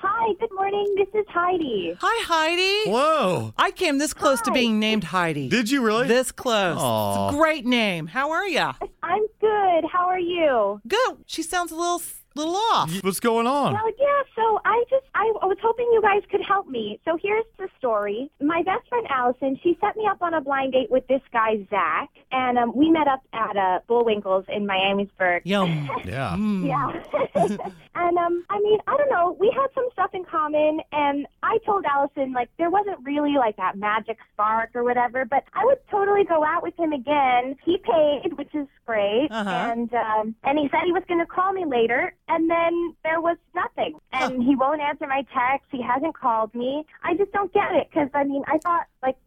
Hi, good morning. This is Heidi. Hi, Heidi. Whoa. I came this close to being named Heidi. Did you really? This close. Aw. It's a great name. How are ya? I'm good. How are you? Good. She sounds a little little off. What's going on? Well, yeah, so I just, I was hoping you guys could help me. So here's the story. My best friend Allison, she set me up on a blind date with this guy, Zach, and um, we met up at uh, Bullwinkle's in Miamisburg. Yum. Yeah. Mm. Yeah. and um I mean, I don't know, we had some stuff in common and I told Allison like there wasn't really like that magic spark or whatever, but I would totally go out with him again. He paid, which is great. Uh-huh. And um and he said he was going to call me later and then there was nothing. And he won't answer my text. He hasn't called me. I just don't get it cuz I mean, I thought like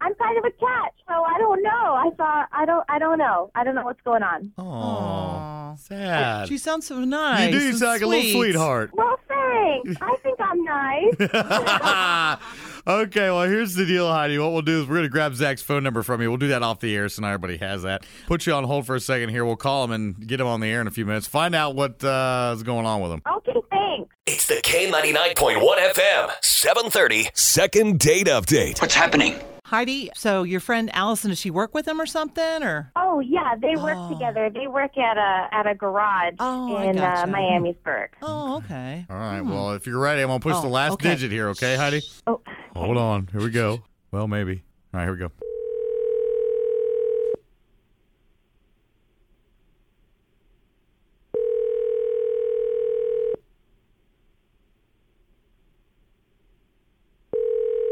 I'm kind of a cat, so I don't know. I thought I don't I don't know. I don't know what's going on. Aw. Sad. She sounds so nice. you do and sound like a little sweet. sweetheart. Well, thanks. I think I'm nice. okay, well, here's the deal, Heidi. What we'll do is we're going to grab Zach's phone number from you. We'll do that off the air so now everybody has that. Put you on hold for a second here. We'll call him and get him on the air in a few minutes. Find out what uh, is going on with him. Okay, thanks. It's the K99.1 FM, 730. Second date update. What's happening? Heidi, so your friend Allison, does she work with him or something? Or Oh yeah, they work together. They work at a at a garage Oh, I in gotcha. uh, Miamisburg. oh, okay. All right, well, if you're ready, I'm going to push Oh, the last okay. digit here, okay, Heidi? Oh, Hold on. Here we go. Well, maybe. All right, here we go.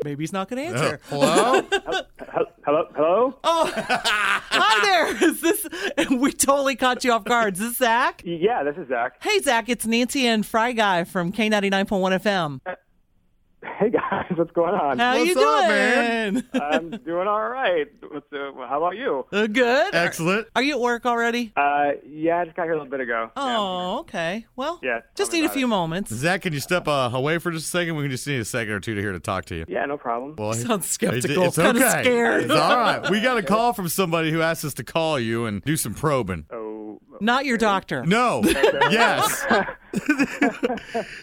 Maybe he's not going to answer. Oh. Hello? Hello, hello. Oh, hi there. Is this? We totally caught you off guard. Is this Zach? Yeah, this is Zach. Hey, Zach, it's Nancy and Fry Guy from K ninety nine point one FM. Hey guys, what's going on? How you What's doing? up, man? I'm doing all right. What's, uh, how about you? Uh, good. Excellent. Are you at work already? Uh, yeah, I just got here a little bit ago. Oh, okay. Well, Yeah, tell just me need a about few moments. Zach, can you step uh, away for just a second? We can just need a second or two to here to talk to you. Yeah, yeah no problem. Well, Sounds It's- skeptical. It's kind okay. of scared. It's all right. We got a call from somebody who asked us to call you and do some probing. Oh, Not your doctor. No. yes.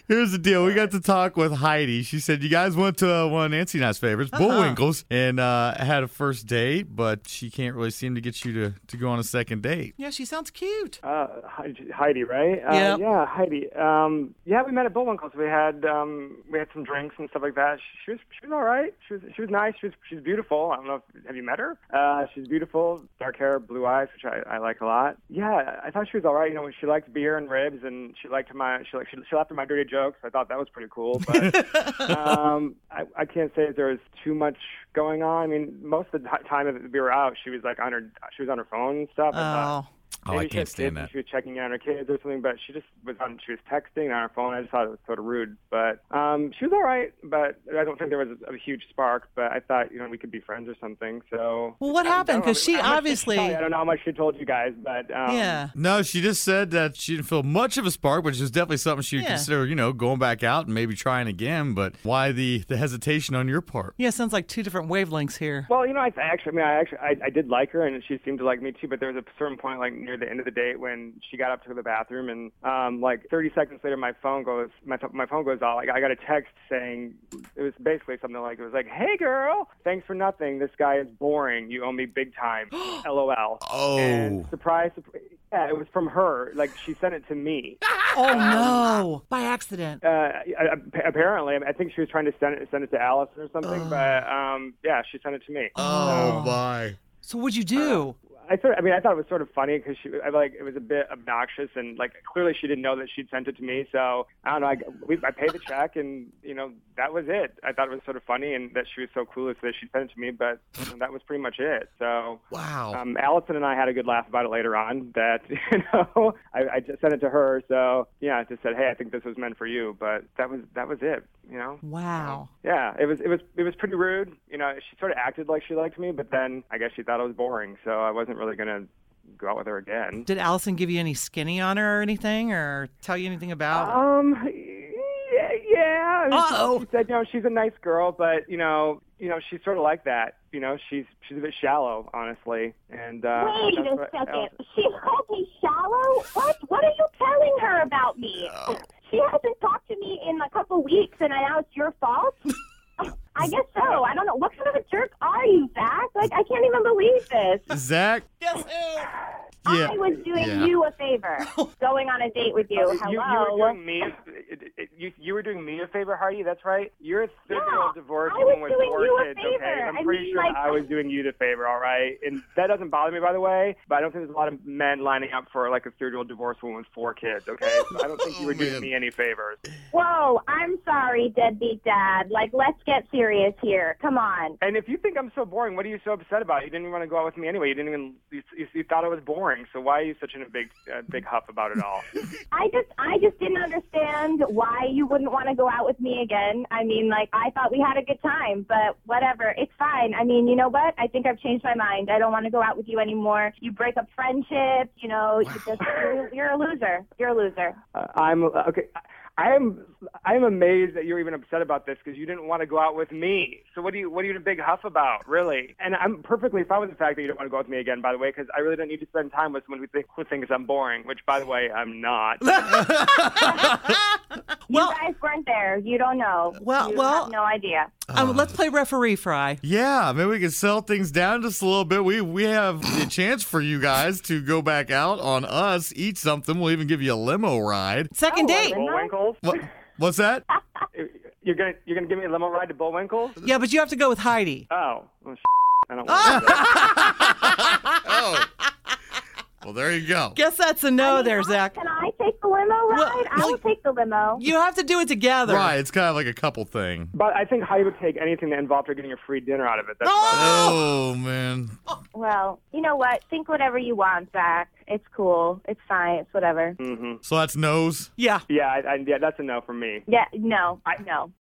Here's the deal. We got to talk with Heidi. She said you guys went to uh, one of Nancy and I's favorites, Uh-huh. Bullwinkles, and uh, had a first date, but she can't really seem to get you to, to go on a second date. Yeah, she sounds cute. uh, Heidi- Heidi, right? Uh, Yep. Yeah, Heidi. Um, yeah, we met at Bullwinkle's. We had um, we had some drinks and stuff like that. She was she was all right. She was she was nice. She was she's beautiful. I don't know. if Have you met her? Uh, she's beautiful, dark hair, blue eyes, which I, I like a lot. Yeah, I thought she was all right. You know, she liked beer and ribs, and she liked my she liked she, she laughed at my dirty jokes. I thought that was pretty cool. But um, I, I can't say that there was too much going on. I mean, most of the ti- time that we were out, she was like on her she was on her phone and stuff. I thought- Oh, Oh, I Maybe she can't has kids stand and that. She was checking in on her kids or something, but she just was on. She was texting on her phone. I just thought it was sort of rude, but um, she was all right. But I don't think there was a, a huge spark. But I thought you know we could be friends or something. So Well, what I- I happened? don't know 'Cause she how much did obviously- tell you? I don't know how much she told you guys, but um, yeah. No, she just said that she didn't feel much of a spark, which is definitely something she would Yeah. consider, you know, going back out and maybe trying again. But why the, the hesitation on your part? Yeah, sounds like two different wavelengths here. Well, you know, I I actually, I mean, I actually, I, I did like her, and she seemed to like me too. But there was a certain point, like near the end of the date, when she got up to go to the bathroom, and um, like 30 seconds later, my phone goes, my th- my phone goes off. Like I got a text saying, it was basically something like, it was like, "Hey, girl, thanks for nothing. This guy is boring. You owe me big time. LOL." Oh. And surprise, surprise, yeah, it was from her. Like she sent it to me. Oh no, by accident. Uh, I- I- apparently, I, mean, I think she was trying to send it send it to Allison or something, but um, yeah, she sent it to me. Oh, my. So what'd you do? I sort of, I mean, I thought it was sort of funny because she, I like, it was a bit obnoxious and like clearly she didn't know that she'd sent it to me. So I don't know. I, we, I paid the check and you know that was it. I thought it was sort of funny and that she was so cool that she sent it to me, but you know, that was pretty much it. So Wow. um, Allison and I had a good laugh about it later on. That you know, I, I just sent it to her. So yeah, I just said, hey, I think this was meant for you, but that was that was it. You know. Wow. Yeah, it was it was it was pretty rude. You know, she sort of acted like she liked me, but then I guess she thought I was boring, so I wasn't really gonna go out with her again. Did Allison give you any skinny on her or anything, or tell you anything about? Um, yeah, yeah. I mean, she- Uh-oh. She said, you know, she's a nice girl, but you know, you know, she's sort of like that. You know, she's she's a bit shallow, honestly. And uh, Wait that's a what- second. She called me shallow? What? What are you telling her about me? She hasn't talked to me in a couple weeks, and now it's your fault? I guess so. I don't know. What kind of a jerk are you, Zach? Like, I can't even believe this. Zach. Yes, who? Yeah. I was doing Yeah. you a favor, going on a date with you. Uh, Oh, You, Hello. you were doing me. it- it- it- You, you were doing me a favor, Hardy. That's right. You're a Yeah, thirty-year-old divorced I was woman with doing four you a kids. favor. Okay, I'm I pretty mean, sure like- I was doing you the favor. All right, and that doesn't bother me, by the way. But I don't think there's a lot of men lining up for like a thirty-year-old divorced woman with four kids. Okay, so I don't think you were doing man. me any favors. Whoa, I'm sorry, deadbeat dad. Like, let's get serious here. Come on. And if you think I'm so boring, what are you so upset about? You didn't even want to go out with me anyway. You didn't even you, you, you thought I was boring. So why are you such in a big uh, big huff about it all? I just I just didn't understand why you wouldn't want to go out with me again. I mean, like I thought we had a good time, but whatever, it's fine. I mean, you know what? I think I've changed my mind. I don't want to go out with you anymore. You break up friendships, you know, you just you're, you're a loser. You're a loser. Uh, I'm okay. I am I am amazed that you're even upset about this because you didn't want to go out with me. So what do you what are you in a big huff about, really? And I'm perfectly fine with the fact that you don't want to go out with me again, by the way, because I really don't need to spend time with someone who, think, who thinks I'm boring. Which, by the way, I'm not. Well, you guys weren't there. You don't know. Well- you well- have no idea. um, let's play referee fry. Yeah, maybe we can sell things down just a little bit. We we have the chance for you guys to go back out on us, eat something. We'll even give you a limo ride. Second date. Bullwinkles. What, what's that? You're gonna you're gonna give me a limo ride to Bullwinkles? Yeah, but you have to go with Heidi. Oh, well, I don't. Want to do that. Oh, well, there you go. Guess that's a no Oh, there, Zach. Can I take the limo ride? Well, I will well, take the limo. You have to do it together. Right, it's kind of like a couple thing. But I think Heidi would take anything that involved her getting a free dinner out of it. That's Oh man, Well, you know what? Think whatever you want, Zach. It's cool. It's fine. It's whatever. hmm so that's nose. Yeah. Yeah, I, I, yeah, that's a no for me. Yeah. No. No.